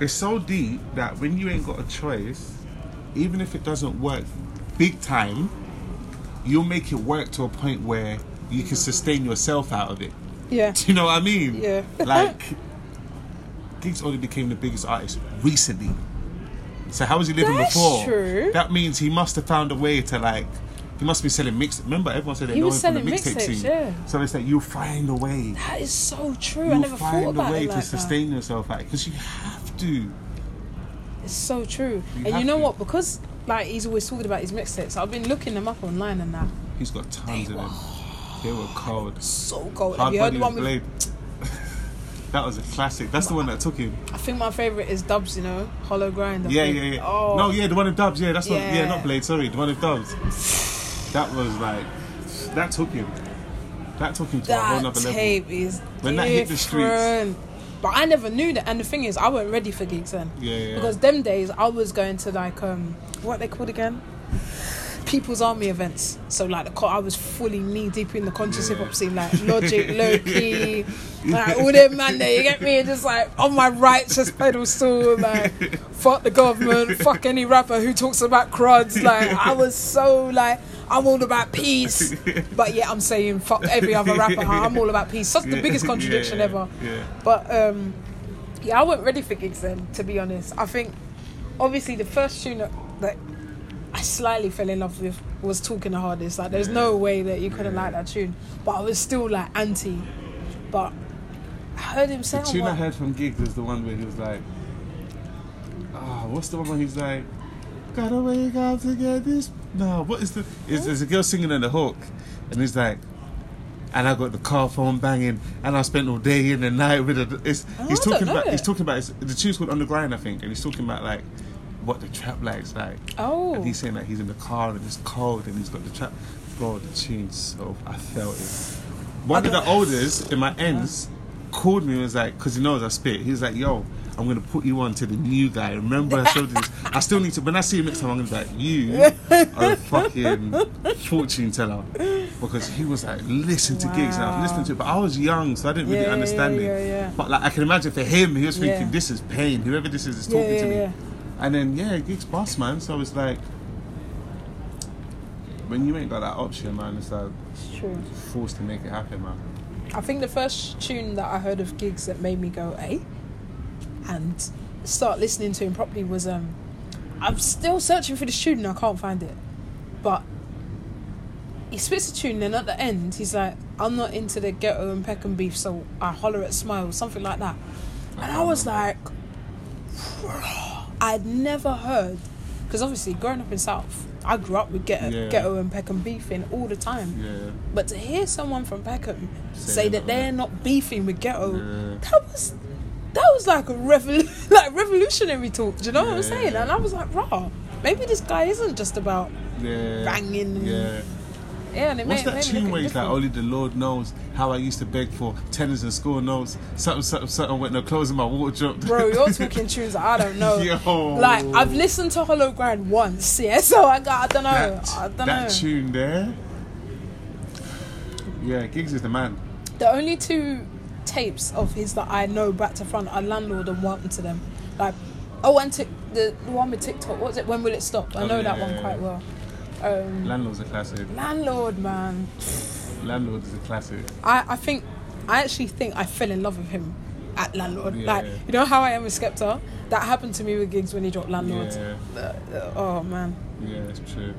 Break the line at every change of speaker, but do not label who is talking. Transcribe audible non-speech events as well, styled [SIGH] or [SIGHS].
It's so deep that when you ain't got a choice, even if it doesn't work big time, you'll make it work to a point where you can sustain yourself out of it. [LAUGHS]
Yeah.
Do you know what I mean?
Yeah. [LAUGHS]
Like, Giggs only became the biggest artist recently. So how was he living
That's
before?
true.
That means he must have found a way to like. He must be selling mix. Remember, everyone said they
He
know him
was
from the
selling
mixtape
mixtapes,
scene.
yeah.
So it's like you find a way.
That is so true. I
You
never
find
thought
a
about
way
it
to
like that.
sustain yourself, like because you have to.
It's so true.
You
and you
have
know
to.
what? Because like he's always talking about his mixtapes, I've been looking them up online and that.
He's got tons of them. They were cold.
So gold.
Hard
Have you heard
body
the
with
one with?
blade. [LAUGHS] that was a classic. That's the one that took him.
I think my favorite is Dubs. You know, Hollow Grind. I
Yeah,
think.
yeah, yeah.
Oh,
No, yeah, the one of Dubs. Yeah, that's not. Yeah,
Yeah.
not Blade. Sorry, the one of Dubs. That was like, that took him. That took him to a whole
That
nother level.
tape is
When
different.
that hit the streets.
But I never knew that. And the thing is, I weren't ready for gigs then.
Yeah, yeah.
Because them days, I was going to like um, what they called again, People's Army events. So like the co- I was fully knee deep in the conscious
Yeah.
hip hop scene, like Logic,
[LAUGHS]
Low Key, like all them man there. You get me? Just like on my righteous pedal stool, like fuck the government, fuck any rapper who talks about cruds. Like I was so like. I'm all about peace, but yeah, I'm saying fuck every other rapper. huh? I'm all about peace. Such the
Yeah,
biggest contradiction
yeah,
ever.
Yeah.
But um, yeah, I wasn't ready for gigs then, to be honest. I think obviously the first tune that- that I slightly fell in love with was Talking the Hardest. Like, there's no way that you couldn't like that tune. But I was still like anti. But I heard him say,
The
on
tune I
one-
heard from Giggs is the one where he was like, ah, what's the one where he's like, gotta wake up to get this. No, what is the? Is there's a girl singing in the hook, and he's like. And I got the car phone banging, and I spent all day in the night with it. It's, he's
Oh, I don't
talking
know
about. He's
it.
talking about. It's, the tune's called Underground, I think, and he's talking about like what the trap life's like.
Oh,
And he's saying that he's in the car and it's cold and he's got the trap. Bro, the tune's so. I felt it. One of the oldest in my ends called me and was like, because he knows I spit. He was like, yo, I'm going to put you on to the new guy. Remember, I showed you this. I still need to, when I see him next time, I'm going to be like, you are a fucking fortune teller. Because he was like, listen to gigs. And I was
Wow.
listening to it, but I was young, so I didn't really
Yeah, yeah,
understand
yeah,
it.
yeah, yeah.
But like, I can imagine for him, he was thinking,
Yeah.
this is pain. Whoever this is is
Yeah,
talking
yeah,
to me.
yeah.
And then yeah, gigs boss man. So it's like when you ain't got that option, man, it's like
it's true.
forced to make it happen, man.
I think the first tune that I heard of gigs that made me go, eh? And start listening to him properly was um I'm still searching for the tune and I can't find it. But he spits a tune and at the end he's like, I'm not into the ghetto and peck and beef, so I holler at smiles, something like that. And I was like [SIGHS] I'd never heard because obviously growing up in South, I grew up with ghetto,
Yeah.
ghetto and peck and beefing all the time.
Yeah,
But to hear someone from Peckham
Say
say
that,
that they're not beefing with ghetto,
Yeah.
that was that was like a revol- [LAUGHS] like revolutionary talk. Do you know what
Yeah.
I'm saying? And I was like, rah, maybe this guy isn't just about
yeah,
Banging.
Yeah,
yeah. And it
what's that
made, made me
tune
look
where
at it
he's like, "Oh,
different.
only the Lord knows how I used to beg for tenors and school notes, something, something, something with no clothes in my wardrobe. [LAUGHS]
Bro, you're talking tunes that I don't know.
Yo.
Like I've listened to Hollow Grind once, yeah. [LAUGHS] So I got I don't know,
that,
I don't
that
know.
tune there. Yeah, gigs is the man.
The only two tapes of his that I know back to front are Landlord and Welcome to Them. Like, oh, and tick the, the one with TikTok. What was it? When Will It Stop? I
Oh,
know
yeah,
that one
yeah,
quite well. Um,
Landlord's a classic.
Landlord, man.
Landlord is a classic.
I, I think, I actually think I fell in love with him at Landlord.
Yeah.
Like, you know how I am with Skepta? That happened to me with gigs when he dropped Landlord.
Yeah,
Uh, uh, oh, man.
yeah, it's true.